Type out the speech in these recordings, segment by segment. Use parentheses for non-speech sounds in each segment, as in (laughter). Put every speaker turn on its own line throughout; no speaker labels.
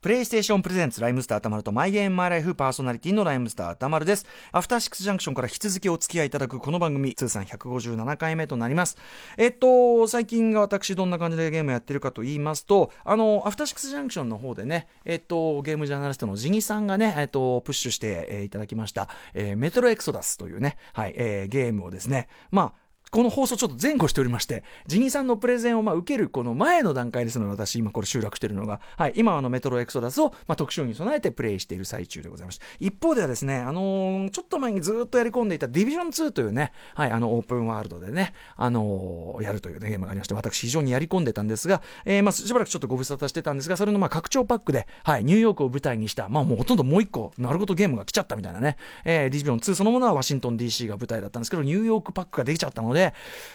プレイステーションプレゼンツライムスターたまるとマイゲームマイライフパーソナリティのライムスターたまるです。アフターシックスジャンクションから引き続きお付き合いいただくこの番組、通算157回目となります。えっと、最近が私どんな感じでゲームやってるかと言いますと、あの、アフターシックスジャンクションの方でね、えっと、ゲームジャーナリストのジギさんがね、えっと、プッシュして、えーいただきました、えーメトロエクソダスというね、はい、えーゲームをですね、まあ、この放送ちょっと前後しておりまして、ジニーさんのプレゼンをまあ受けるこの前の段階ですので、私今これ収録しているのが、はい、今はあのメトロエクソダスをまあ特集に備えてプレイしている最中でございました。一方ではですね、あのーちょっと前にずっとやり込んでいたディビジョン2というね、はい、あのオープンワールドでね、あのーやるという、ね、ゲームがありまして、私非常にやり込んでたんですが、えーまあしばらくちょっとご無沙汰してたんですが、それのまあ拡張パックで、はい、ニューヨークを舞台にした、まあもうほとんどもう一個、なるほどゲームが来ちゃったみたいなね、えーディビジョン2そのものはワシントン DC が舞台だったんですけど、ニューヨークパックができちゃったので、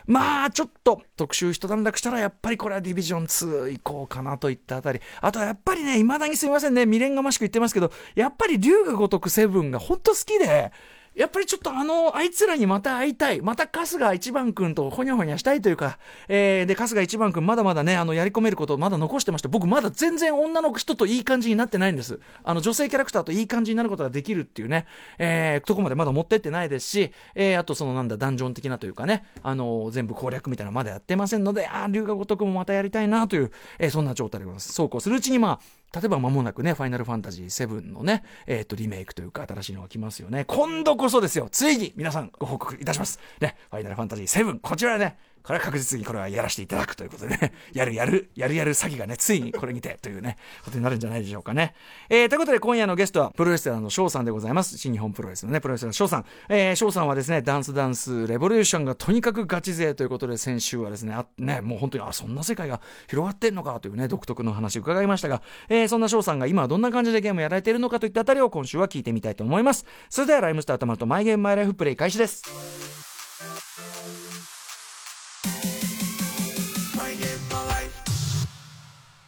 まあちょっと特集一段落したら、やっぱりこれはディビジョン2行こうかなといったあたり、あとはやっぱりね、未だにすみませんね、未練がましく言ってますけど、やっぱり竜が如くセブンが本当好きで、やっぱりちょっとあの、あいつらにまた会いたい。また春日一番くんとほにゃほにゃしたいというか、えー、で、春日一番くんまだまだね、あの、やり込めることまだ残してまして、僕まだ全然女の人といい感じになってないんです。あの、女性キャラクターといい感じになることができるっていうね、えー、とこまでまだ持ってってないですし、えー、あとそのなんだ、ダンジョン的なというかね、あの、全部攻略みたいなのまだやってませんので、あー龍が如くもまたやりたいなという、えー、そんな状態でございます。そうこうするうちにまあ、例えば間もなくね、ファイナルファンタジー7のね、えっ、と、リメイクというか新しいのが来ますよね。今度こそですよ、ついに皆さんご報告いたします。ね、ファイナルファンタジー7、こちらね、これは確実にこれはやらせていただくということでね、やるやる、やるやる詐欺がね、ついにこれにてというね、ことになるんじゃないでしょうかね。えーということで今夜のゲストはプロレスラーの翔さんでございます。新日本プロレスのね、プロレスラー翔さん。えー、翔さんはですね、ダンスダンスレボリューションがとにかくガチ勢ということで、先週はですね、あね、もう本当に、あ、そんな世界が広がってんのかというね、独特の話を伺いましたが、えーそんな翔さんが今はどんな感じでゲームをやられているのかといったあたりを今週は聞いてみたいと思います。それではライムスター頭とマイゲームマイライフプレイ開始です。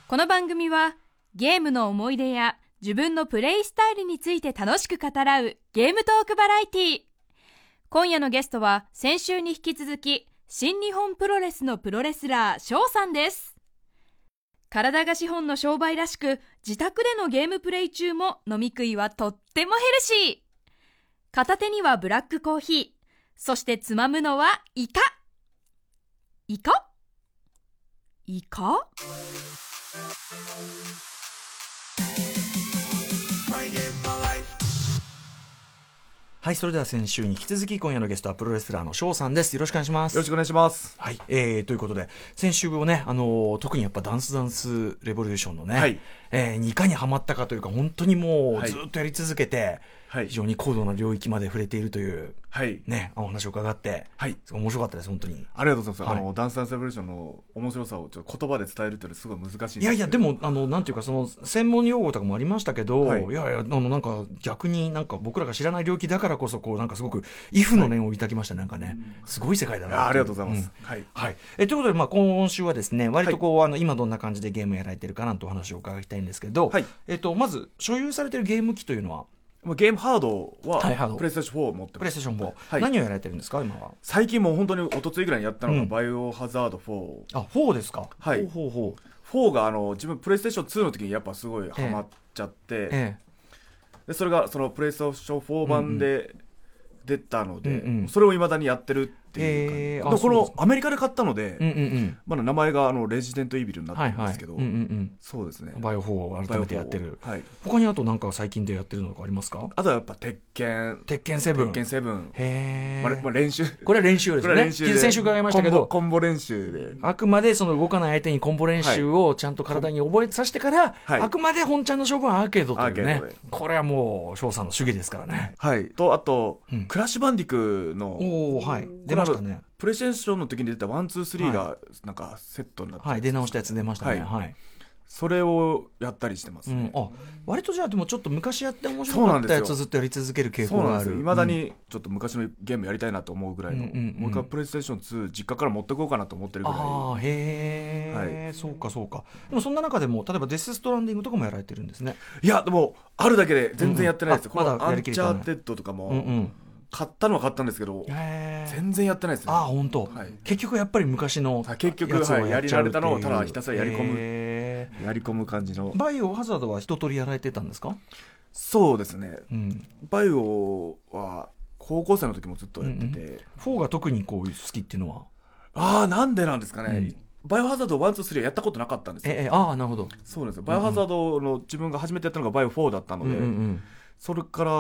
この番組はゲームの思い出や自分のプレイスタイルについて楽しく語らうゲームトークバラエティー今夜のゲストは先週に引き続き新日本プロレスのプロレスラー翔さんです体が資本の商売らしく自宅でのゲームプレイ中も飲み食いはとってもヘルシー片手にはブラックコーヒーそしてつまむのはイカイカイカ
はい、それでは先週に引き続き今夜のゲストはプロレスラーの翔さんです。よろしくお願いします。
よろしくお願いします。
はい、えー、ということで、先週をね、あのー特にやっぱダンスダンスレボリューションのね、
はい
えーいかにハマったかというか、本当にも
は
う
い
ずっとやり続けて、
はい
非常に高度な領域まで触れているという、
はい。
ね、お話を伺って、
はい
すごい面白かったです、本当に。
ありがとうございます。
はい
あのダンスダンスレボリューションの面白さをちょっと言葉で伝えるってのはすごい難しいんですけ
い
ど
やいや、でも、あの、なんていうか、その、専門用語とかもありましたけど、
はい
い、やいや、あの、なんか、逆になんか僕らが知らない領域だからこそ、こう、なんかすごく、イフの念をいただきました、なんかね。すごい世界だなって
あありがとうございます。
ん
はい。
はい、えということで、まあ、今週はですね割とこう、あの今どんな感じでゲームやられてるかなんてお話を伺いたいんですけど、
はい
えっと、まず所有されてるゲーム機というのは
もうゲームハードは
はいハード
プレイステーション4を持って
プ
ま
レイス
す。
テーション4、
はい
何をやられてるんですか今は
最近もう本当に一昨日ぐらいにやったの
う
が
ん
バイオハザード4。
あ4ですか
はい
ほうほうほう
4があの自分プレイステーション2の時にやっぱすごいハマっちゃって、
え
でそれがそのプレイステーション4版で出たので、
うんうん
それを未だにやってるっていう
へー
感
あ
じ。でこ
そうです
の
か
アメリカで買ったので、
えうんうん
まだ名前があのレジデントイービルにな
うん
って
はい
るんで
はい
すけど、
うんうん
そうですね
うん、。バイオ4を改めてやってる
はい。
他にあとなんか最近でやってるのとかありますか
あとはやっぱ鉄拳、
鉄拳セブン
鉄拳セブン、
へえ、
まあれまあ、練習。
これは練習です
こ
ね
れ練習で。
先週伺いましたけど
コンボコンボ練習で。
あくまでその動かない相手にコンボ練習をちゃんと体に覚えさせてから、
はい
あくまで本ちゃんの勝負はアーケードという
アー
ね
ケードで、
これはもう翔さんの主義ですからね。
はい。と、あと、
うん
クラッシュバンディクの、
おおはい
ん
出ましたね。
プレイステーションの時に出たワン、ツー、スリーが、なんか、セットになって、
はい出直したやつ出ましたね。
は
はい。
それをやったりしてます
う
ね
ん。あ割とじゃあでもちょっと昔やって面
そ
白
うな
か
ん
っ
で
た
す
や
よ
つをずっとやり続ける傾
そう
向
なん
があ
ですよ。
る。
いまだ
うん。
に、ちょっと昔のゲームやりたいなと思うぐらいの、
うんうんうん
もう一回プレイステーション2、実家から持ってこようかなと思ってるぐらい。
ああへえ、そうかそうか。でもそんな中でも例えばデスストランディングとかもやられてるんですね。
いや、でも、あるだけで全然やってないです。
うん
この
まだ
ア
や
ン
りき
チ
れてない
ャーテッドとかも、
うんうん。
買ったのは買ったんですけど
へー
全然やってないですね
ああ本当、
はい
結局やっぱり昔の
はい結局
やつを
はいやりられたの
や
を
っちゃうっていう
ただひたすらやり込む
へ
やり込む感じの
ーバイオハザードは一通りやられてたんですか、
そうですね
うん、
バイオは高校生の時もずっとやってて、
4が特にこう好きっていうのは
ああなんでなんですかね、
うん
バイオハザード123やったことなかったんですよ
ええああなるほど
そうなんですよバイオハザードの自分が初めてやったのがバイオ4だったの
うん
で、
うんうん
それから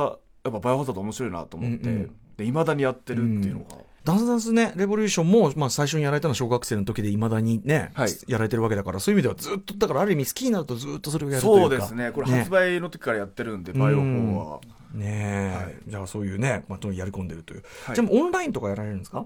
やっぱバイオハザード面白いなと思って、
うんう
で未だにやってるっていうのが、
ダンスダンスね、レボリューションも、まあ、最初にやられたのは小学生の時でいまだにね、
はい
やられてるわけだから、そういう意味ではずっと、だからある意味好きになるとずっとそれをやるとい
そうう
か。
ですねこれ発売の時からやってるんで、バイオ4は
ねえ、
はい
じゃあそういうね、まあ、とにかくやり込んでるという。
はい
じゃあもうオンラインとかやられるんですか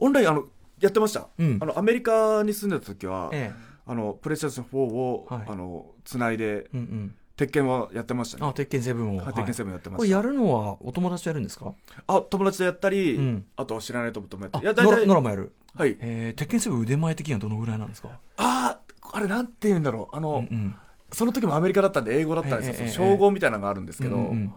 オンラインあのやってました、
うん
あのアメリカに住んでた時は、
え
あのプレイステーション4を、
はい
あの繋いで
え。うん
鉄拳はやってました
うん。
ね
あ、鉄拳セブンを。
はい鉄拳セブンやってま
こ
し
れ
た
やるのはお友達とやるんですか
あ友達とやったり、
うん
あと知らないと友達
あ、
と
ノラ
やったりいや大体
ノラもやる。
はい
えー、鉄拳セブン腕前的にはどのぐらいなんですか
あーあれなんて言うんだろうあの、
うんうん
その時もアメリカだったんで英語だったんですよ、
ええええ
その称号みたいなのがあるんですけど、
うんうん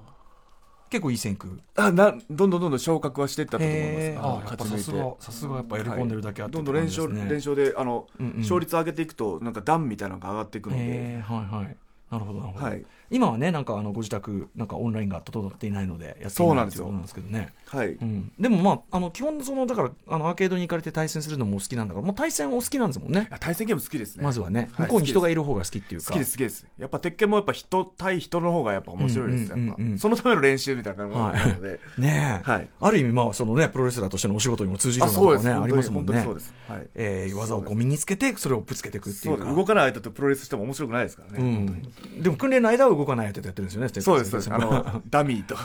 結構いい線いく。
あなどんどんどんどん昇格はしていったと思います、
へー
の
あやっぱさすが、さすがやっぱやり込んでるだけあって
ど
っ
ん
て
どん
感
連
じですね、
勝連勝であの、
うんうん
勝率上げていくとなんか段みたいなのが上がっていくので、
えーはいはいなるほどなるほど、
はい
今はねなんかあのご自宅なんかオンラインが整っていないのでやってい
そう
な
ないん
って
です
いうこと
よ
なんですけどね
はい、
うん、でもまああの基本そのだからあのアーケードに行かれて対戦するのもお好きなんだからもう対戦お好きなんですもんね
あ対戦ゲーム好きですね
まずはね、
はい
向こうに人がいる方が好きっていうか
好きです好きですやっぱ鉄拳もやっぱ人対人の方がやっぱ面白いです、
うんうんうんうん
やっぱそのための練習みたいなのがあるので、
ねえ、
はい
ある意味まあそのねプロレスラーとしてのお仕事にも通じる
あ
ようなとこ
そう
ろ
です
ねあ
本
り
当に
ますも
本
ん
当に
ね
そうです、はい
えー技をこう身につけてそれをぶつけていくってい
そうう
か
です動かない間とプロレスしても面白くないですからね、
うん、でも訓練の間は動かないやつやってるんですよねステップ
そうですそうですあのダミー
(laughs)
と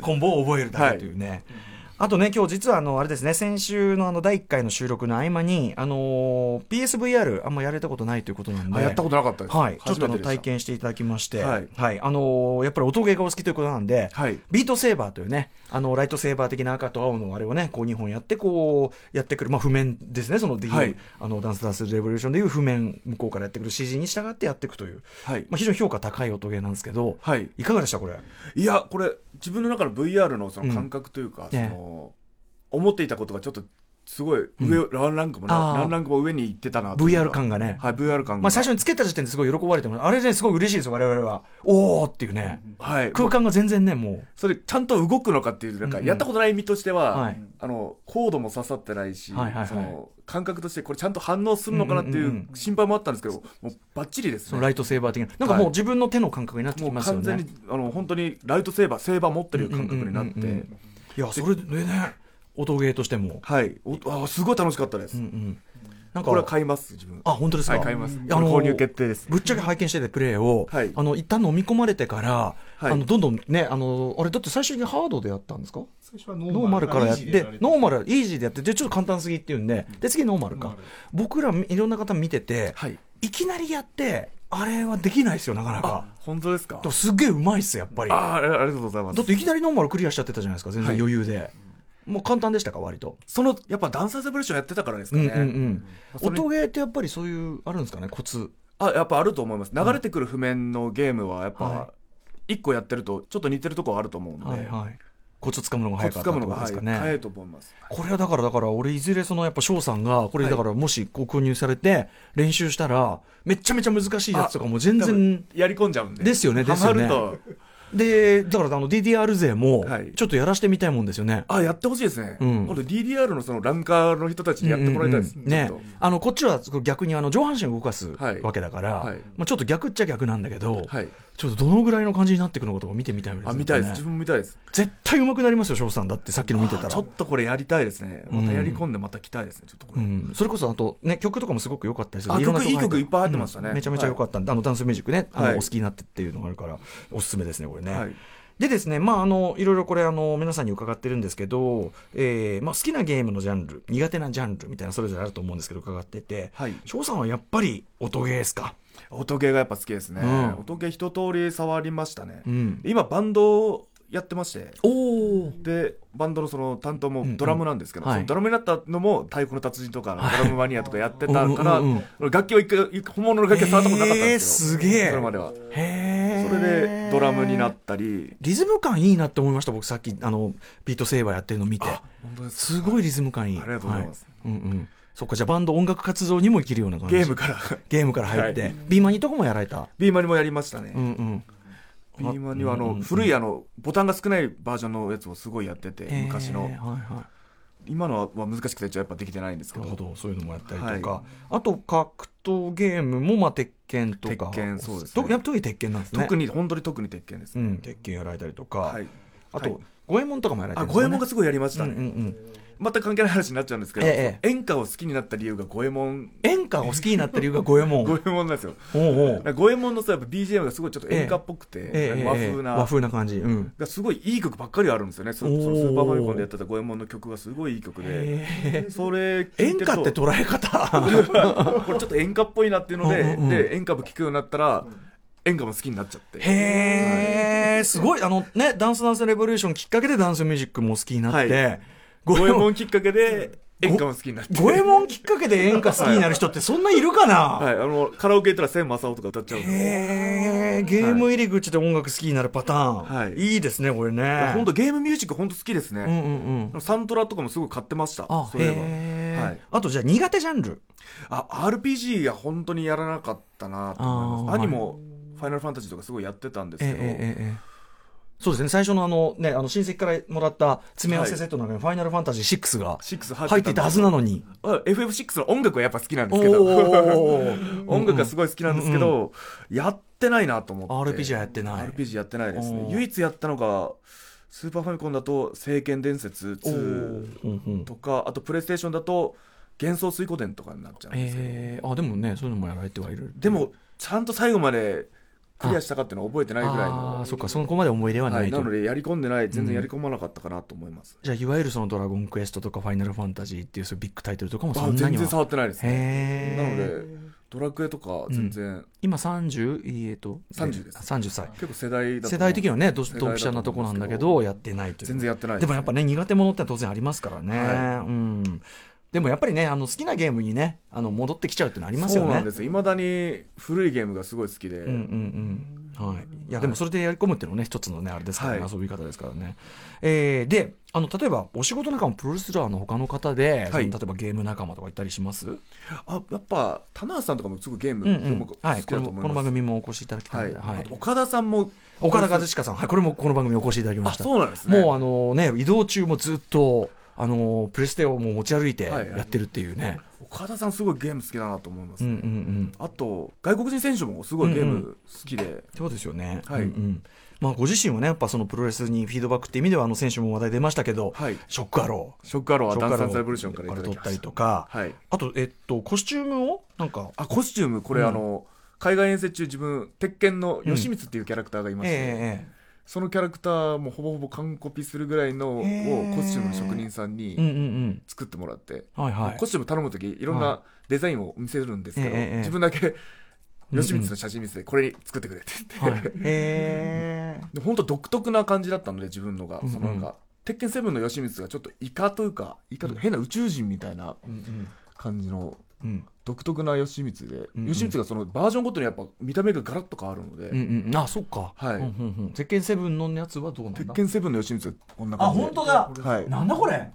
コンボを覚えるだけというね。あとね、今日実はあの、あれですね、先週のあの、第1回の収録の合間に、あのー PSVR、あんまやれたことないということなんで。
あやったことなかったです
はい。ちょっとあの、
初めてでした
体験していただきまして、は
はいい。
あのーやっぱり音ゲーがお好きということなんで、
はい
ビートセーバーというね、あの、ライトセーバー的な赤と青のあれをね、こう2本やって、こう、やってくる、まあ、譜面ですね、その、できる
はい
あの、ダンスダンスレボリューションでいう譜面、向こうからやってくる CG に従ってやっていくという、
はい
まあ、非常に評価高い音ゲーなんですけど、
はい
いかがでした、これ。
いやこれ自分の中の VR のそ
うん
の感覚というか、
ね
その思っていたことがちょっとすごい上、ランランクも
あ
な
ー
ランランクも上に行ってたなという
VR
か
感がね。
はい VR 感が、
まあ、最初につけた時点ですごい喜ばれてもあれねすごい嬉しいですよ我々はおおっていうね
はい
空間が全然ねも
それちゃんと動くのかっていうなん
う
か
んうん
やったことない身としては、
はい
あのコードも刺さってないし、
はいはいはい
その感覚としてこれちゃんと反応するのかなってい
んうん
う
う
心配もあったんですけど、もうバッチリで
う
す
その
ね
ライトセーバー的ななんかもう
はい
自分の手の感覚になって
も
き
う
ますよ
完
ね、
全にあの本当にライトセーバーセーバー持ってる感覚になって、
うんうんうんうんいやそれでね音ゲーとしても、
はいおあーすごい楽しかったです、
うんうん、なんか
これは買います自分
あ本当ですか、
はい買います
やあのー
購入決定です
ぶっちゃけ拝見しててプレーを、
はい
あの一旦飲み込まれてから、
はい
あのどんどんねあのあれだって最初にハードでやったんですか
最初はノ
ノーマルからやっ
イージーで
て
られ、
ノーマル、イージーでやって、で、ちょっと簡単すぎっていうんで、で、次ノーマル
ノ
か
ーマル。
僕らいろんな方見てて、
はい
いきなりやって、あれはできないですよ、なかなか。
本当ですか
でもすっげえうまいっす、やっぱり。だ
あーありありがとうございます
っていきなりノーマルクリアしちゃってたじゃないですか、全然余裕で。もう簡単でしたか、割と。
そのやっぱダンサーズブレーションやってたからです
う
か
んうんう
ね、
ん。
それ
音ゲーってやっぱりそういう、あるんですかね、コツ。
あやっぱあると思います流れてくる譜面のゲームはやっ
は
ぱ一個やってるとちょっと似てるとこあると思うんで、
はいはい。コツつかむのが
コ
早か
ツ
った
か
って
むの
こ
が
とです
早
か
い,、
ね。
早いと思います
これはだからだから俺いずれそのやっぱ翔さんがこれ
はい
だからもしこう購入されて練習したらめちゃめちゃ難しいやつとかも全
多
然
分やり込んじゃうんで
ですよねですよね
ハマると
でだからあの DDR 勢も
はい
ちょっとやらしてみたいもんですよね。
あやってほしいですね、
うん
今度 DDR のそのランカーの人たちにやってもらいたいです、
うんうんうんね
ちょっと、
あのこっちは逆にあの上半身を動かす
はい
わけだから、
はい
まあ、ちょっと逆っちゃ逆なんだけど、
はい
ちょっとどのぐらいの感じになっていくのかとか見てみたいですね
あ見たいです、
ね
自分も見たいです
絶対上手くなりますよ翔さんだってさっきの見てた
あ
ら
ちょっとこれやりたいですねまたやり込んでまた来たいですねちょっとこ
う
れ、
ん、それこそあと、ね、曲とかもすごく良かったりする
あ
ろんな
曲いい曲
入
いっぱい入ってましたね
うんめちゃめちゃ良かったんで、あのダンスミュージックねあの、
はい
お好きになってっていうのがあるからおすすめですねこれね、
はい
でですねまああのいろいろこれあの皆さんに伺ってるんですけど、えーまあ、好きなゲームのジャンル苦手なジャンルみたいなそれぞれあると思うんですけど伺ってて
はい
翔、さんはやっぱり音ゲーですか、
音ゲーがやっぱ好きですね、
うん
音ゲー一通り触りましたね、
うん
今バンドやってまして
おお
でバンドのその担当も
んうん
ドラムなんですけど、
はい
そのドラムになったのも「太鼓の達人」とか「ドラムマニア」とかやってたから、
うんうんうん
楽器を一回本物の楽器は触ったことなかったんです
えー
よ、
すげえ
それまでは
へえ
それでドラムになったり
リズム感いいなって思いました僕さっきあのビートセーバーやってるの見て
本当です
すごいリズム感いい
ありがとうございます、
はいうんうんそっかじゃあバンド音楽活動にも生きるような感じ
ゲームから
ゲームから入って、
はい
ビーマニとかもやられた
ビーマニもやりましたね、
うんうん
ビーマニはあの、
うんうん
古いあのボタンが少ないバージョンのやつをすごいやってて、昔
え
の
ーはいはい
今のは難しくてちょっとやっぱできてないんですけ
な
ど
るほどそういうのもやったりとか、
は
あと格闘ゲームも、まあ、鉄拳とか
鉄拳そうですね
とやっぱ特に鉄拳なんですね
特
に、
に本当に特に鉄拳です、
うん、鉄拳やられたりとか、
はい
あと、
はい
五右衛門とかもやられた
あ
りと
五
か、
右衛門がすごいやりました
う
ね、
んうんうん
また関係ない話になっちゃうんですけど、
え
演歌を好きになった理由が五右衛門
演歌を好きになった理由が五右衛 (laughs) 門
五右衛門なんですよ
おうおう
(laughs) なんか五右衛門のさやっぱ BGM がすごいちょっと演歌っぽくて、
ええええ
和風な、
和風な感じ、うん、
がすごいいい曲ばっかりあるんですよねそ
おー
そのスーパーファミコンでやってた五右衛門の曲がすごいいい曲で、
へえ
それ聞い
演
ると
歌って捉え方
(laughs) これちょっと演歌っぽいなっていうので,、
うんうんうん
で演歌部聴くようになったら演歌も好きになっちゃって
へえすごいあのね「ダンスダンスレボリューション」きっかけでダンスミュージックも好きになって、
は
五
五
右衛
右衛
門
門きっかけで演歌も好きになって
五右衛門きっかけで演歌好きになる人ってそんないるかな、
はい、あのカラオケ行ったら千正雄とか歌っちゃうの
へーゲーム入り口で音楽好きになるパターン、、
はいい
いですねこれね
本当ゲームミュージック本当好きです
うん
ね、
うんうん
サントラとかもすごい買ってました
あ
そういえ
へー
はい
あとじゃあ苦手ジャンル
ばあ RPG が本当にやらなかったなと思いま
あー
す兄も「ファイナルファンタジー」とかすごいやってたんですけど、
えそうですね最初のあのねあの親戚からもらった詰め合わせセットの中に「ファイナルファンタジー6」が
6
入っていたはずなのに
あ FF6 の音楽はやっぱ好きなんで
お
すけど
ー
音楽がすごい好きなんですけど、やってないなと思って
RPG はやってない
RPG やってないです
お
ね
ー
唯一やったのがスーパーファミコンだと「聖剣伝説
おー
2
うんうん」
とかあとプレイステーションだと「幻想水滸伝」とかになっちゃうんですけど、
えーあでもねそういうのもやられてはいる
でもちゃんと最後までクリアしたかっていうのは覚えてないぐらいの
あーそっかそこまで思い出はな
はいい、
と、
なのでやり込んでない全然やり込まなかったかなと思います、
じゃあいわゆるその「ドラゴンクエスト」とか「ファイナルファンタジー」っていうそういうビッグタイトルとかもそ
あ
んな
全
には
然触ってないですね
へ
なの
ー
でドラクエとか全然、
今30いいえっと
30です
30歳
結構世代だと
世代的にはねど
世代だと
ドンピシャなとこなんだけどやってないという
全然やってない
でもやっぱ
ね
ね苦手ものって当然ありますからね、
は
うんでもやっぱりねあの好きなゲームにねあの戻ってきちゃうってのありますよ
そう
ね
なんですいまだに古いゲームがすごい好きで、
うんうんうんはい、いやでもそれでやり込むっていうのもね一つのねあれですからね、
はい
遊び方ですからね、えーであの例えばお仕事仲間プロレスラーの他の方で、
はい
その例えばゲーム仲間とかいたりします、うん
あやっぱ棚橋さんとかもすごいゲーム、
う
すご
ん
く好き
はい、これ
だ
も
と思
この
いま
番
す
組もお越しいただきたいので、
はい
は
あ
い
と、岡田さんも
岡田和親さん、はい、これもこの番組お越しいただきま
あ
した
そうなんですね
もうあのね移動中もずっとあのプレステをもう持ち歩いて
はい
やってるっていうね、
岡田さんすごいゲーム好きだなと思います、
うんうんうん
あと外国人選手もすごいゲー
うんう
ム好きで、
そうですよね、
はい
うんうんまあ、ご自身はねやっぱそのプロレスにフィードバックって意味ではあの選手も話題出ましたけど、
はい
ショックアロー
ショックアローは
ショ
ダ
ッ
ン
ク
サ
アロ
ーサイブルーションからいただき
取っ
ま
た
し
り
た
とか、
はい
あと、えっと、コスチュームをなんか
あコスチュームこれ、
うん
あの海外遠征中自分鉄拳の吉光っていうキャラクターがいま
え
して、
え
そのキャラクターもほぼほぼ完コピするぐらいのを
へー
コスチュームの職人さん
ええうん
に
うん
作ってもらって、
うんはいはい
コスチューム頼む時いろんなデザインを見せるんですけど、
ええええ
自分だけ吉光の写真見せてこれ作ってくれって言
は
って、
い、ええ
で本当独特な感じだったので自分のが、
んうん
そのなんか鉄拳セブンの吉光がちょっとイカというかイカというか変な宇宙人みたいな
うん
感じの
うんうん
独特な吉光で、
うんうん
吉光がそのバージョンごとにやっぱ見た目がガラッと変わるので、
うんうんあそっか
はい
うんうんうん鉄拳セブンのやつはどうなんだ
鉄拳セブンの吉光はこんな感じで
だ
はい
んだこれ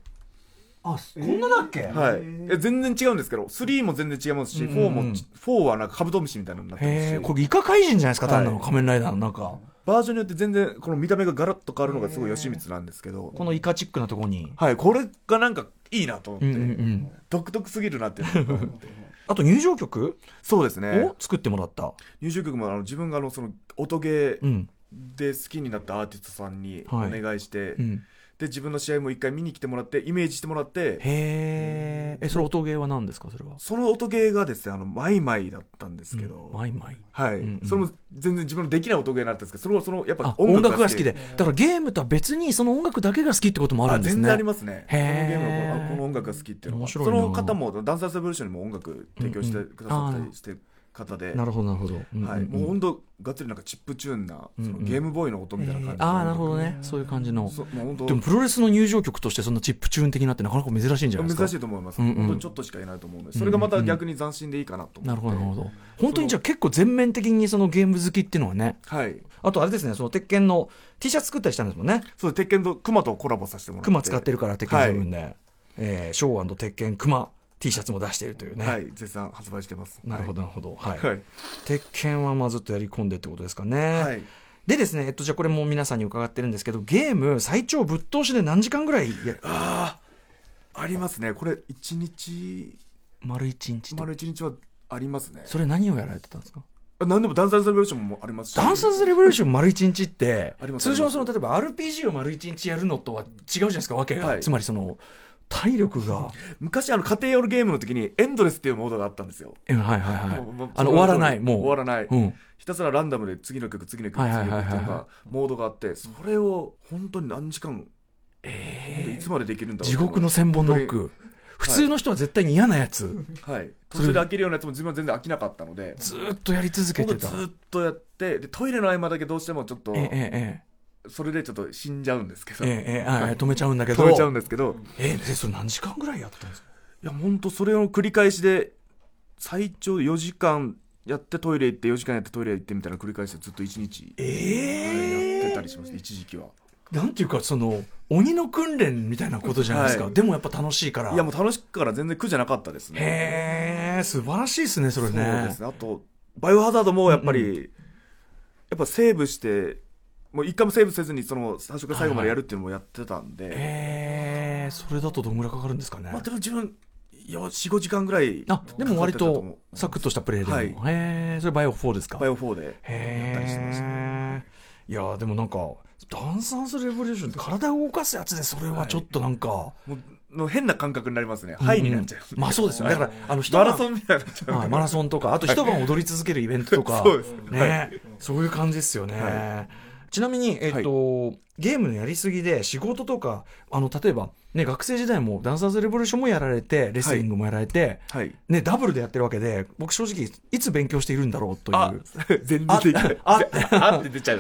あこんなだっけ、
はい、え全然違うんですけど3も全然違いますし、
うんうん
4も4はなんかカブトムシみたいなのになってます
へえ
し
これイカ怪人じゃないですか単なる
はい
仮面ライダーの中、
バージョンによって全然この見た目がガラッと変わるのがすごい吉光なんですけど
このイカチックなところに、
はいこれがなんかいいなと思っ
う
て、
んうんうん、
独特すぎるなっていうのが
あと入場曲
そうですね
を作ってもらった、
入場曲もあの自分があのその音
う
ゲー
ん
で好きになったアーティストさんにお
はい
願いして、
うん、
で自分の試合も一回見に来てもらってイメージしてもらって
へーえそれ音ゲーは何ですかそれは
その音ゲーがですねあのマイマイだったんですけど、
マイマイ
はい、
うんうん
それも全然自分のできない音ゲーになったんですけどそれはそのやっぱ
あ音楽
が
が好きでだからゲームとは別にその音楽だけが好きってこともあるんですね
全然ありますね。このゲ
へー
ームのこのあこの音楽が好きっていうの
面
は、
白い
そ
な
の方もダンサーセブルーションにも音楽提供してくださったりしてく方で
なるほどなるほど、うん
はい、もう本当がっつりなんかチップチューンなその
うんうん
ゲームボーイの音みたいな感じの
ああなるほどねそういう感じの
そうもう本当
でもプロレスの入場曲としてそんなチップチューン的なってなかなか珍しいんじゃないですか
珍しいと思います、
うんうん
本当にちょっとしかいないと思うのでそれがまた逆に斬新でいいかなと思って、
なるほどなるほど本当にじゃあ結構全面的にそのゲーム好きっていうのはね
はい
あとあれですねその鉄拳の T シャツ作ったりしたんですもんね
そう鉄拳と熊とコラボさせてもらって
熊使ってるから鉄拳セブンで、えー、ショー鉄拳熊 T シャツも出しているというね、
はい絶賛発売してます
なるほどなるほどはい、
はい
鉄拳はまあずっとやり込んでってことですかね、
はい
でですね、えっと、じゃあこれも皆さんに伺ってるんですけどゲーム最長ぶっ通しで何時間ぐらいや
ああありますねこれ一日
丸一日で
丸一日はありますね
それ何をやられてたんですか
あ何でもダンサーズレベルションもありますし
ダンサーズレボリューション丸一日って
あります
通常その例えば RPG を丸一日やるのとは違うじゃないですかわけが、
はい
つまりその体力が、
昔あの家庭用のゲームの時にエンドレスっていうモードがあったんですよ
うんはいはいはい
もうもう
あの終わらない
そ
もう
終わらない、
うん、
ひたすらランダムで次の曲次の曲
はい
次
は
の
いはい
曲
はい
っていうのがモードがあってそれを本当に何時間いつまでできるんだろう
地獄の千本ノック普通の人は絶対に嫌なやつ、
はい途中で飽きるようなやつも自分は全然飽きなかったので
ずーっとやり続けて
僕
た
ずっとやってでトイレの合間だけどうしてもちょっと
えええ
それでちょっと死んじゃうんですけ
ええ
ど
えええあ止めちゃうんだけど
止めちゃうんですけど
ええでそれ何時間ぐらいやったんですか
いや本当それを繰り返しで最長4時間やってトイレ行って4時間やってトイレ行ってみたいな繰り返しでずっと1日
え
やっ
え
てたりします一時期は
なんていうかその鬼の訓練みたいなことじゃないですか、
はい
でもやっぱ楽しいから
いやもう楽しくから全然苦じゃなかったですね
へえ素晴らしいですねそれね
そうですねあとバイオハザードもやっぱり、やっぱセーブしてもう一回もセーブせずにその最初から最後までやるっていうのもやってたんで、
ええそれだとどんぐらいかかるんですかね、
まあ、でも自分45時間ぐらい
あでも割
かかってた思
と
う
サクッとしたプレイでも、
はい
へえそれバイオ4ですか
バイオ4でやったりしてましたね
へえいやーでもなんかダンサーズレボリューションって体を動かすやつでそれはちょっとなんか、
もうの変な感覚になりますねハイになっちゃう、
んまあそうですよねだからあの一
マ
晩
ラソンみたいになっちゃう、
はいマラソンとかあと一晩踊り続けるイベントとか
(laughs) そうです
ね、そういう感じですよね、
は
ちなみに、えっとゲームのやりすぎで仕事とかあの例えば、ね、学生時代もダンサーズレボリューションもやられてレスリングもやられて、
はい
ね、ダブルでやってるわけで僕正直いつ勉強しているんだろうとい
あ
う
全然できない
あ
あって出ちゃう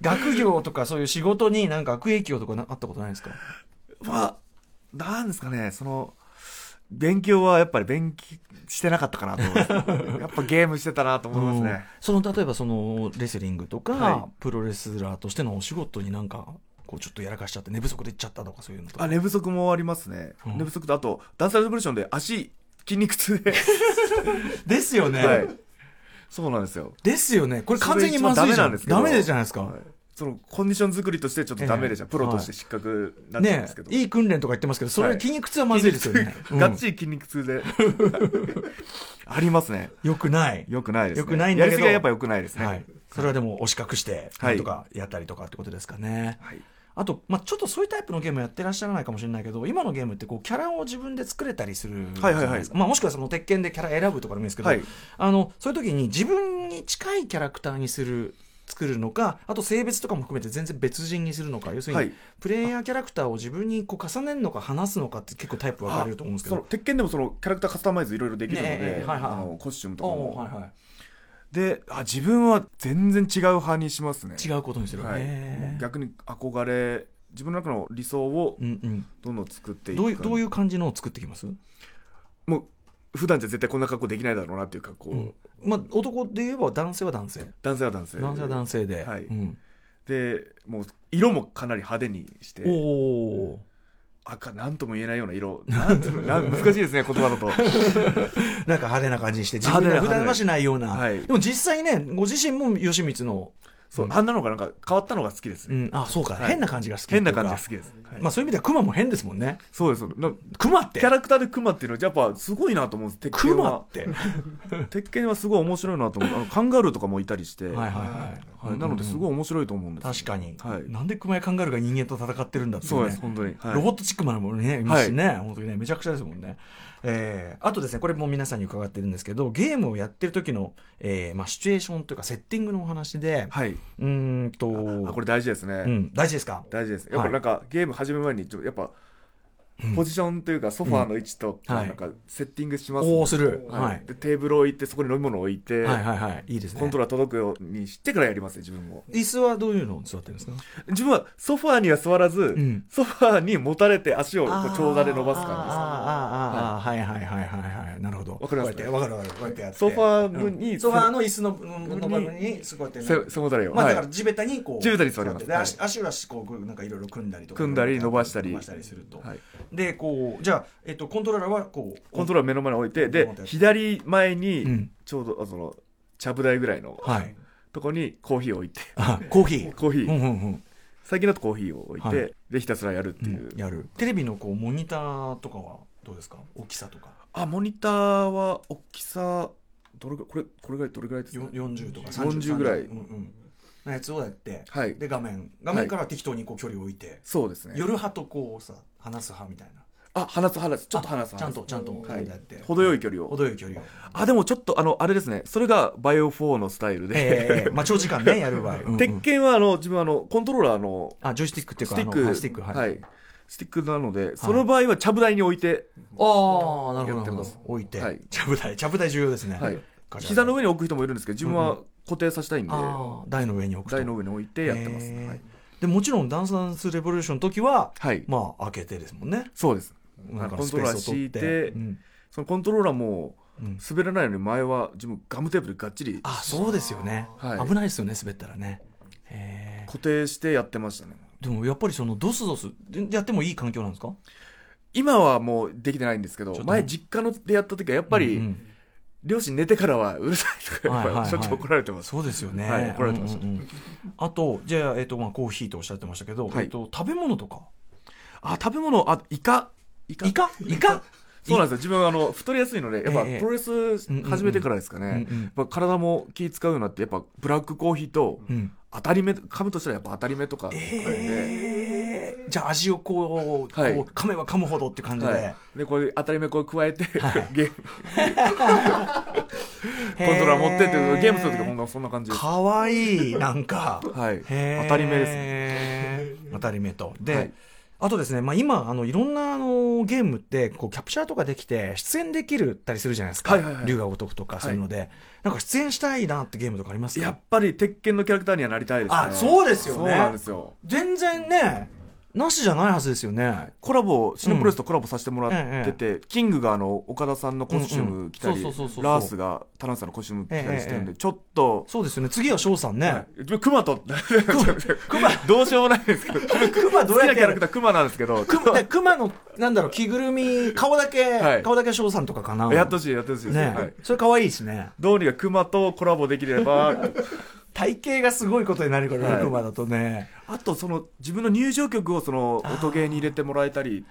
学業とかそういう仕事になんか悪影響とかなあったことないですか
まあなんですかねその勉強はやっぱり勉強してなかったかなと思い
(laughs)
ますやっぱゲームしてたなと思いますね、
うんその例えばそのレスリングとか、
は
プロレスラーとしてのお仕事になんかこうちょっとやらかしちゃって寝不足でいっちゃったとかそういうのと
あ
か
寝不足もありますね、
うん
寝不足とあとダンサーレボリューションで足筋肉
(laughs)
痛で、
ですよね、
はい、そうなんですよ
ですよねこれ完全にまずいじゃん
それ一番ダメなんですけど
ダメじゃないですか、
はいそのコンディション作りとしてちょっとダメでした、
ええ
プロとして失格になっちゃうんで
ね
すけど、
いい訓練とか言ってますけどそれは筋肉痛はまずいですよね、うん
がっちり筋肉
(laughs)
痛でありますね
よくない
よくないですね
よくないんだけど
やりすぎはやっぱよくないですね
はい、それはでも押し隠して
は
ないんとかやったりとかってことですかね、
はい
あと、まあ、ちょっとそういうタイプのゲームやってらっしゃらないかもしれないけど今のゲームってこうキャラを自分で作れたりする
はいはいはい
じゃなですかまあ、もしくはその鉄拳でキャラ選ぶとかでもいいですけど、
はい
あのそういう時に自分に近いキャラクターにする作るのかあと性別とかも含めて全然別人にするのか要するに、
はい
プレイヤーキャラクターを自分にこう重ねるのか話すのかって結構タイプ分かれると思うんですけ
その
ど。
鉄拳でもそのキャラクターカスタマイズいろいろできるので、
ねえええはいはい
あのコスチュームと
あ
か
あ
も、
はいはい
であ自分は全然違う派にしますね
違うことにする、
はい、も
へ
う
え
逆に憧れ自分の中の理想を
うん
どんどん作って
うん、
いく
どういうどういうう感じのを作ってきます、
もう普段じゃ絶対こんな格好できないだろうなっていう格好、
うんまあ、男で言えば男性は男性
男性は男性
男性は男性で、
はい
うん
でもう色もかなり派手にして
おお
赤なんとも言えないような
(laughs)
色なんともなん難しいですね言葉だと
なんか派手な感じにして自分が普
派手な
段はしないような、
はい
でも実際ねご自身も吉光の、
そうあんなのがなんか変わったのが好きです
う
ね、
ん、あそうか、
はい
変な感じが好きという
変
か
な感じが好きです、はい
まあ、そういう意味では熊も変ですもんね
そうですそうですな
熊って
キャラクターでクマっていうのはやっぱすごいなと思うんです鉄拳
熊
は
って
鉄拳はすごい面白いなと思うあのカンガルーとかもいたり (laughs) して
はいはいはい、
はいなのですごい面白いと思うんですよ
確かに、
はい
なんで熊やカンガルーが人間と戦ってるんだってい
そうう
ね
です本当に、はい
ロボットチックマンもね、いますしね、本当にね、めちゃくちゃですもんね。えーあとですね、これも皆さんに伺ってるんですけど、ゲームをやってる時の、えーまあ、シチュエーションというか、セッティングのお話で、
はい、
うーんと、
あこれ大事ですね、
うん、大事ですか
大事ですやっぱなんか、ゲーム始める前にちょっとやっぱ
うん
ポジションというかソファーの位置と
うん
な
はい
んかセッティングします、
おーする
は
はいい
でテーブルを置いてそこに飲み物を置いて、
はいはいはいいいですね
コントローラー届くようにしてからやりますね自分も
椅子はどういうのを座ってるんですか
自分はソファーには座らず、
ん
ソファーにもたれて足をこう長座で伸ばす感
あーあーあーあーはいはいはいはいはいなるほど
わかります
こうやってわかるわかるこうやってやって
じですソファーに、
ソファーの椅子ののの部分にこうやってね
背背もたれを、
まあ
は
だか
い
ら地べたにこう
地べたに座ります
で
はい
足足裏しこうこうなんかいろいろ組んだりとか
組んだり伸ばしたり
伸ばしたりすると
はい
でこうじゃあえっとコントローラーはこう
コントローラー目の前に置いてで左前
う
に
ん
ちょうどあそのちゃぶ台ぐらいの
はい
とこにコーヒーを置いて
あコーヒー
コーヒ
うん
ー
うんうん
最近だとコーヒーを置いて、
はい
でひたすらやるっていう、
うんやるテレビのこうモニターとかはどうですか大きさとか
あモニターは大きさどれぐらいこれこれぐらいどれぐらいです
よ
か
40とか
40ぐらい
うんうんなやつをやって
はい
で画面画面から適当にこう距離を置いて
そうですね
夜派とこうさ話す派みたいな
あ話す話すちょっと話す
ちゃんとちゃんと
は
や
い
って
程よい距離を
程よい距離を
あでもちょっとあのあれですねそれがバイオ4のスタイル
え
で、
えまあ長時間ねやる場合うんう
鉄
ん
拳はあの自分はあのコントローラーの
あジョイスティックっていう
ス
か
テ
あ
ィ
の
ック
はいスティックはい
スティックなので、その場合はちゃぶ台に置いて、
ああ、なる
やっ
ほどな
てま
るほ
す
ど。置いて
はい。
ちゃぶ台、ちゃぶ台重要ですね。ガ
はい
チャガチャ
膝の上に置く人もいるんですけど自分
うん
は固定させたいんで、
ああ、台の上に置くと。
台の上に置いてやってます、
へー
はい、
で、もちろんダンスダンスレボリューションの時は、
はい
まあ、開けてですもんね。
そうです
なんか
コン
ス
ト
ペ
ローラ
ー
ー
スを取って。
敷いて
うん
そのコントローラーも
うん
滑らないように前は自分ガムテープでがっちり
あ、そうですよね。
はい
危ないですよね、滑ったらね。へえ
固定してやってましたね
でもやっぱりそのドスドスでやってもいい環境なんですかやっ
今はもうできてないんですけど
ちょっと
前実家のでやった時はやっぱり両親寝てからはうるさいとか
はいはい
やっ
は
ぱ
い
しょっちゅう怒られてます、
そうですよね、
はい怒られてました
うんうんうんあとじゃあ、えっとまあ、コーヒーとおっしゃってましたけど、
はい
えっと、食べ物とか
あ食べ物あイカイカ
イカイカ
そうなんですよ自分はあの太りやすいのでやっぱ
ええ
プロレス始めてからですかね、
うんうんうん
やっぱ体も気使うようになってやっぱブラックコーヒーと
うん
当たり目噛むとしたらやっぱ当たり目とか、
えーじゃあ味をこう,、
はい
こう噛めば噛むほどって感じで、
はい、でこれ当たり目こう加えて、 (laughs) ゲーム
へ
コントローラー持ってってゲームするときほんとそんな感じです
かわいいなんか
はい
へー
当たり目ですね
当たり目とで、
はい
あとですね、まあ、今あのいろんなあのゲームってこうキャプチャーとかできて出演できるったりするじゃないですか、
はいはいはい
龍が如くとかそういうので、なんか出演したいなってゲームとかあります
や
か
っぱり鉄拳のキャラクターにはなりたいですね
あそうですよね
そうなんですよ
全然ねなしじゃないはずですよね
コラボシノプロレスとコラボさせてもらってて、キングがあの岡田さんのコスチューム着た
うん
り
うん
ラ
そうそうそうそう
ースが田中さんのコスチューム着たりしてるんで、
え
ちょっと
そうですよね次は翔さんね、
はい自分熊とどうしようもないですけど
熊ど
好
うや
き
っ
な
て
キャラクター熊なんですけど
熊で (laughs) 熊のなんだろう着ぐるみ顔だけ、
はい
顔だけ翔さんとかかな
(laughs) やってほしいやってほしいです
ね、
はい
それ可愛いですね
どうにか熊とコラボできれば
体型がすごいことになるからね、
はい
熊だとね
あとその自分の入場曲をその音ゲーに入れてもらえたり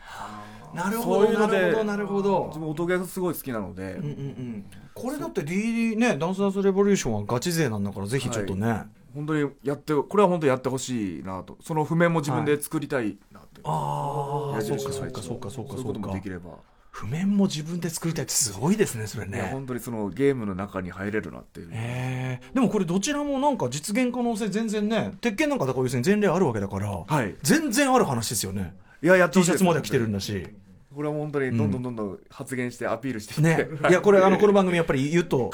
なる
そういうので
るほ
自
ど
分音ゲーがすごい好きなので、
うんうんうんこれだって DD ねダンスダンスレボリューションはガチ勢なんだからぜひちょっとね、
本当にやってこれは本当にやってほしいなとその譜面も自分で作りたいなって、
ああ
矢
そう
印
かそう
配置
か
を
そうかそうか
そういう
そ
こ
う
ともで
か
きれば、
譜面も自分で作りたいってすごいですねそれ
いや
ね
本当にそのゲームの中に入れるなっていう、
えー、でもこれどちらもなんか実現可能性全然ね鉄拳なんかだから要するに前例あるわけだから、
はい
全然ある話ですよね
いややって
T
ほしい
シャ
です
ツまで着てるんだし
これは本当にどんどんどんどん発言してアピールしていって、 (laughs)
ね
はい
やこれあのこの番組やっぱり言うと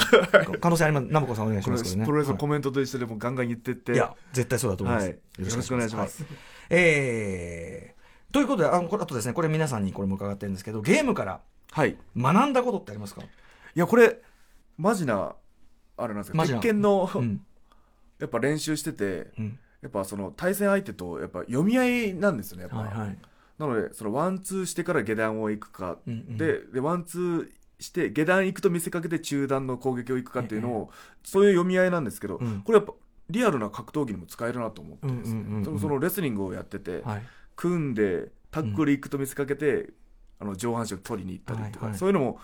可能性ありますナムコさんお願いし
こ
ま
れ
すけどね
プロレスの
はい
コメントと一緒でもうガンガン言ってって
いや、絶対そうだと思います。
はいよ
はいえーということで、あのこれあとですね、これ皆さんにこれも伺ってるんですけど、ゲームから
はい
学んだことってありますか
いやこれマジなあれなんですけど
マジな
鉄拳の、
うん。
やっぱ練習してて
うん。
やっぱその対戦相手とやっぱ読み合いなんですよねやっぱ、
はいはい。
なのでそのワンツーしてから下段を行くか、
うんうん
ででワンツーして下段行くと見せかけて中段の攻撃を行くかっていうのを、そういう読み合いなんですけど、
うん
これやっぱリアルな格闘技にも使えるなと思ってですね、
うんうんうんうん
そのレスリングをやってて、
はい。
組んでタックル行くと見せかけて、あの上半身を取りに行ったりとか、
はいはい
そういうのも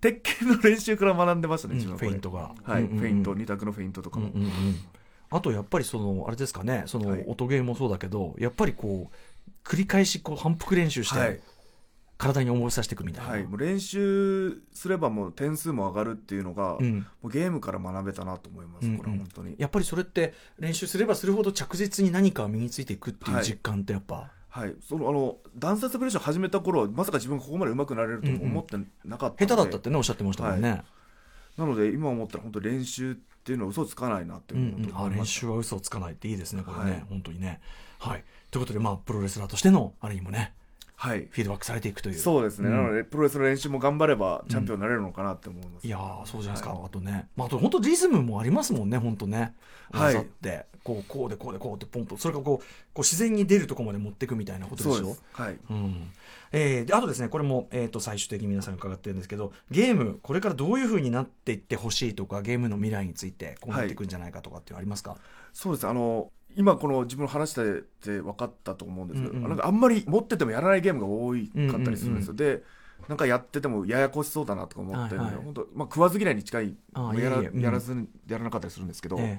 鉄拳の練習から学んでましたね
うん
自分はこれ
フェイントが
はい、
うんうんうん
フェイント二択のフェイントとか
うんう
も、
んうん。あと、やっぱりその、あれですかね、その
はい、
音ゲーもそうだけど、やっぱりこう、繰り返しこう反復練習し
はい
て、体に思いさせていくみたいな。
はい、もう練習すればもう点数も上がるっていうのが、
うん。
もうゲームから学べたなと思います、
うんうん
これは本当に。
やっぱりそれって練習すればするほど着実に何か身についていくっていう
はい
実感ってやっぱ
はい、そのあのダンスサブレーション始めた頃はまさか自分がここまで上手くなれるとも思ってなかっ
下
たので、
手だったってねおっしゃってましたもんね、
なので今思ったら本当練習っていうのは嘘つかないなって
うん
思う
うん、あ
と
練習は嘘をつかないっていいですねこれね、
はい
本当にねはいということでまあプロレスラーとしてのあれにもね
はい
フィードバックされていくという
そうですね、
ん
なのでプロレスの練習も頑張ればチャンピオンになれるのかなって思います、
いやーそうじゃないですか、あとね、まあ、あと本当リズムもありますもんね本当ね
はい
技ってこうこうでこうでこうってポンポンそれがこうこう自然に出るとこまで持っていくみたいなことでしょ
そうですはい
うんえーであとですねこれも、えー、と最終的に皆さん伺ってるんですけどゲームこれからどういうふうになっていってほしいとかゲームの未来についてこうなっていくんじゃないかとかっていうのありますか、
そうですあの今この自分の話してて分かったと思うんですけど、
うんうん
なんかあんまり持っててもやらないゲームが多かったりするんですよ、でなんかやっててもややこしそうだなとか思って、
はいはい
本当まあ、食わず嫌いに近い
ああ
やら
いえいえうん
やらずにやらなかったりするんですけど、
え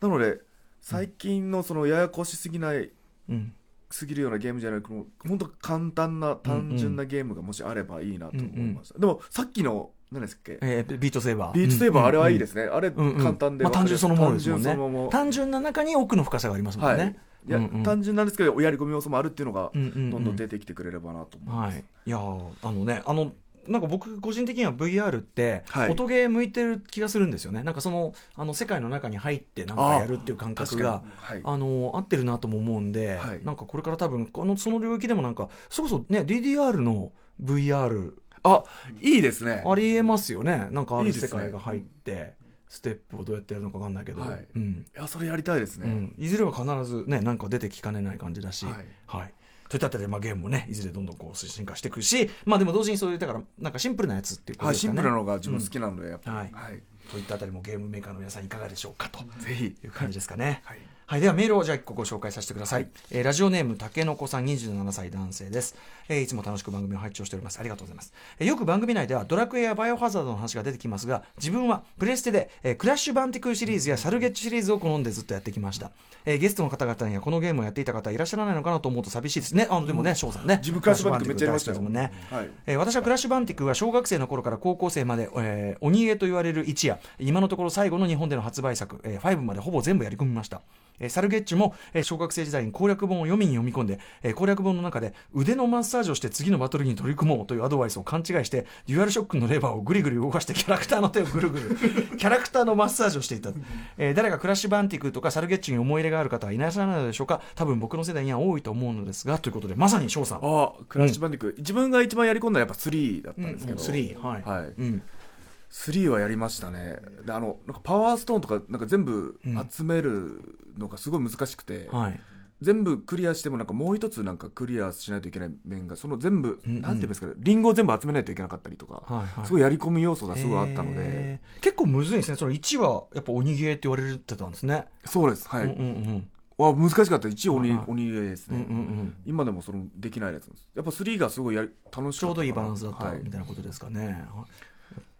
なので最近のそのややこしすぎない
えうん
すぎるようなゲームじゃなくもう本当簡単な単純なゲームがもしあればいいなと思いました、でもさっきの何ですっけ
えービートセーバー、
ビーチセーバーあれはいいですすね、あれ
うんうん
簡単で、
まあ、単純そのものですもんね
単純そのもの
単純な中に奥の深さがありますもんね、
はいいや、
うんうん
単純なんですけどやり込み要素もあるっていうのが
うんうんうん
どんどん出てきてくれればなと思いま
は
す、
い、いやーあのねあのなんか僕個人的には VR って
はい
音ゲー向いてる気がするんですよね、なんかそのあの世界の中に入ってなんかやるっていう感覚
確か
が
に、はい、
あの合ってるなとも思うんで、
はい
なんかこれから多分このその領域でもなんかそれこそね DDR の VR
あいいですね
ありえますよねなんかあ
い
る
いです
世
ね
界が入ってステップをどうやってやるのか分かんないけど、
はい
うん
いやそれやりたいです
う
ね、
ん、いずれは必ずねなんか出てきかねない感じだし、
はい
はい、といったあたりで、まあ、ゲームもねいずれどんどんこう進化していくし、まあ、でも同時にそういうだからなんかシンプルなやつっていうこと
はい
です
シ
か
ン
ね、
プルなのが自分好きなので、やっぱ
はい
はい、
といったあたりもゲームメーカーの皆さんいかがでしょうかと
ぜひ
いう感じですかね。
はい
はい、ではメールをじゃあ1個ご紹介させてください、えーラジオネームたけのこさん27歳男性です、えーいつも楽しく番組を拝聴しておりますありがとうございます、えーよく番組内ではドラクエやバイオハザードの話が出てきますが自分はプレステで、えークラッシュバンティクーシリーズやサルゲッチュシリーズを好んでずっとやってきました、えーゲストの方々にはこのゲームをやっていた方いらっしゃらないのかなと思うと寂しいですねあのでもね翔、さんね
自分クラッシュバンティクめっちゃやりましたよ
クラッシュバンティク大好きですもんね、
はい
えー私はクラッシュバンティクは小学生の頃から高校生まで、えー鬼絵と言われる一夜今のところ最後の日本での発売作、えー5までほぼ全部やり込みました、えーサルゲッチュも、えー小学生時代に攻略本を読みに読み込んで、えー攻略本の中で腕のマッサージをして次のバトルに取り組もうというアドバイスを勘違いしてデュアルショックのレバーをぐりぐり動かしてキャラクターの手をぐるぐる (laughs) キャラクターのマッサージをしていた、えー誰かクラッシュバンティクとかサルゲッチュに思い入れがある方はいらっしゃらないのでしょうか多分僕の世代には多いと思うのですがということでまさに翔さん
あクラッシュバンディク、自分が一番やり込んだのはやっぱ3だったんですけど、
3はい、
はい
うん
3はやりましたねであのなんかパワーストーンとかなんか全部集めるのがすごい難しくて、
はい
全部クリアしてもなんかもう一つなんかクリアしないといけない面がその全部、
うんうん
なんて言うんですかねリンゴを全部集めないといけなかったりとか、
はいはい
すごいやり込み要素がすごいあったので
へー結構むずいんですねその1はやっぱ鬼ゲーって言われてたんですね、
そうですはい、
うんうんうん
わ難しかった一応鬼,、
はいはい
鬼です
うん
ね、
うんうん
今でもそのできないやつなんですやっぱ3がすごいやり楽し
ち
かっ
ょ
たかな
うどいいバランスだった
はい
みたいなことですかね、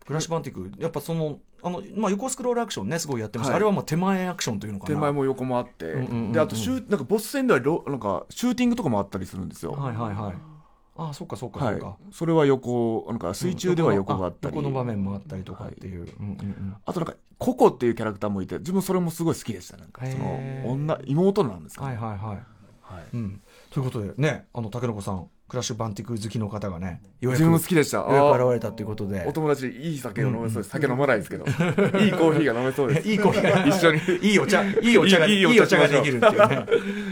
クラッシュバンティクやっぱそのあの、まあ、横スクロールアクションねすごいやってました、
はい
あれはまあ手前アクションというのかな
手前も横もあって、
うんうんうんうん
であとシューなんかボス戦ではロなんかシューティングとかもあったりするんですよ
はいはいはいああそうかそうか
は
そ
いう
か、
それは横なんか水中では横があったり、
横の場面もあったりとかっていう、うんうんうん
あとなんかココっていうキャラクターもいて自分それもすごい好きでしたなんか
へー
その女妹なんですか、
はいはいはい
はい
うん、ということでねあの竹の子さんクラッシュバンティク好きの方がねようや
自分も
く
好きでした
ようやく
あ
現れたということで
ーお友達いい酒を飲めそうです、酒飲まないです (laughs) けどいいコーヒーが飲めそうです
いいコーヒー
一緒に
いいお茶、いいお茶が、い
い
い
いいいお茶
お茶ができるっていうね。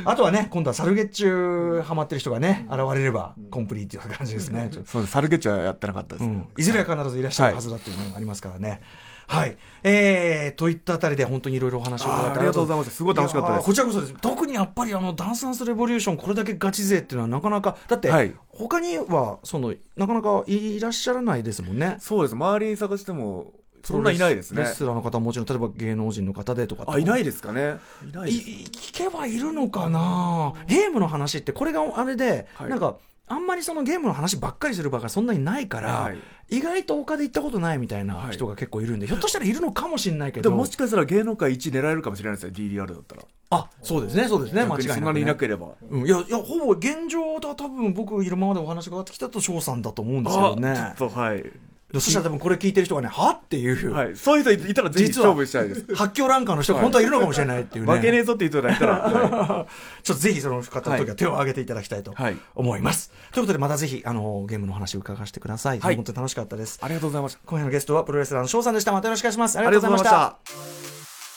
あとはね、今度はサルゲッチュハマってる人がね、現れればコンプリートいう感じですね。ちょっと
そうですサルゲッチュはやってなかったです、
う
ね
ん、いずれは必ずいらっしゃるはずだっていうのがありますからね。はい。えー、といったあたりで本当にいろいろお話を伺って
あーありがとうございますすごい楽しかったです
やーこちらこそです。特にやっぱりあの、ダンスダンスレボリューション、これだけガチ勢っていうのはなかなか、だって、
はい
他には、その、なかなかいらっしゃらないですもんね。
そうです周りに探してもそんないないですね
レスラーの方ももちろん、例えば芸能人の方でとかって
あいないですかねいない
い
です
聞けばいるのかなゲームの話ってこれがあれで、
はい
なんかあんまりそのゲームの話ばっかりする場がそんなにないから、
はい
意外と他で行ったことないみたいな人が結構いるんで、ひょっとしたらいるのかもしれないけ
で
ど
ももしかしたら芸能界1狙えるかもしれないですね DDR だったら
あそうですねそうですね間違いなく、ね、
逆にそんなにいなければ
うん、いやいやほぼ現状だ多分僕今までお話伺ってきたと翔さんだと思うんですけどね
あちょっとはい
そしたら多分これ聞いてる人がね、はっていう。
はい。そういう人いたらぜひ
実は
勝負したいです。
発狂ランカーの人が本当はいるのかもしれないって (laughs) いうね。
負けねえぞっていう人がいたら、は
ちょっとぜひその方の時は手を挙げていただきたいと
はい
思います。ということでまたぜひあのゲームのお話を伺わせてください。
はい
本当に楽しかったです
い。。ありがとうございました。
今夜のゲストはプロレスラーの翔さんでした。またよろしくお願いします。あ
あ
りがとうございました。。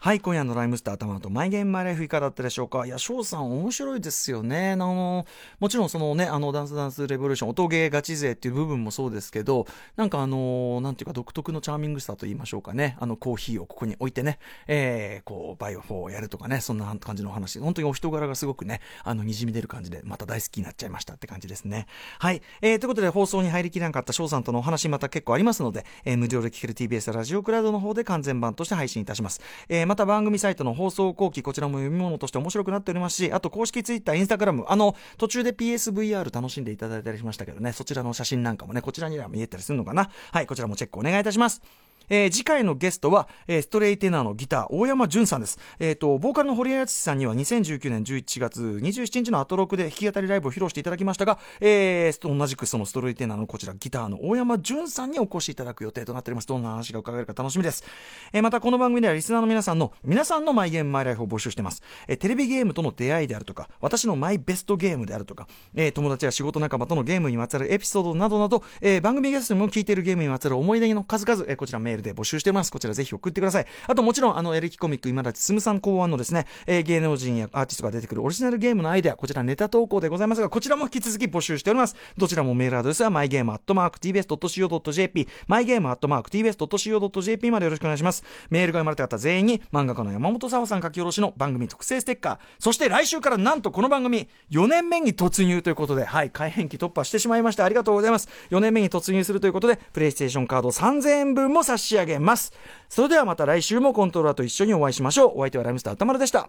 はい、今夜のライムスター頭とマイゲームマイライフいかがだったでしょうかいや、翔さん面白いですよね。あの、もちろんそのね、あの、ダンスダンスレボリューション、音ゲーガチ勢っていう部分もそうですけど、なんかあの、なんていうか独特のチャーミングさと言いましょうかね。あの、コーヒーをここに置いてね、えー、こう、バイオ4をやるとかね、そんな感じのお話。本当にお人柄がすごくね、あの、滲み出る感じで、また大好きになっちゃいましたって感じですね。はい。えー、ということで放送に入りきらなかった翔さんとのお話また結構ありますので、えー無料で聞ける TBS ラジオクラウドの方で完全版として配信いたします。えーまた番組サイトの放送後期、こちらも読み物として面白くなっておりますし、あと公式ツイッター、インスタグラム、あの、途中で PSVR 楽しんでいただいたりしましたけどね、そちらの写真なんかもね、こちらには見えたりするのかな。はい、こちらもチェックお願いいたします。えー次回のゲストは、えーストレイテナーのギター、大山淳さんです。えっ、と、ボーカルの堀江敦さんには2019年11月27日のアトロクで弾き語りライブを披露していただきましたが、えー同じくそのストレイテナーのこちら、ギターの大山淳さんにお越しいただく予定となっております。どんな話が伺えるか楽しみです。えーまたこの番組ではリスナーの皆さんの、皆さんのマイゲームマイライフを募集してます。えーテレビゲームとの出会いであるとか、私のマイベストゲームであるとか、えー友達や仕事仲間とのゲームにまつわるエピソードなどなど、えー番組ゲストにも聞いているゲームにまつわる思い出の数々、えーこちらメールで募集してます。こちらぜひ送ってください。あともちろん、あの、エレキコミック今立進さん考案のですね、えー芸能人やアーティストが出てくるオリジナルゲームのアイデア、こちらネタ投稿でございますが、こちらも引き続き募集しております。どちらもメールアドレスは mygame.tbs.co.jp、mygame.tbs.co.jp までよろしくお願いします。メールが読まれた方全員に、漫画家の山本沙和さん書き下ろしの番組特製ステッカー、そして来週からなんとこの番組、4年目に突入ということで、はい、改変期突破してしまいました。ありがとうございます。4年目に突入するということで、プレイステーションカード3000円分も差し上げます。それではまた来週もコントローラーと一緒にお会いしましょう。お相手はライムスター歌丸でした。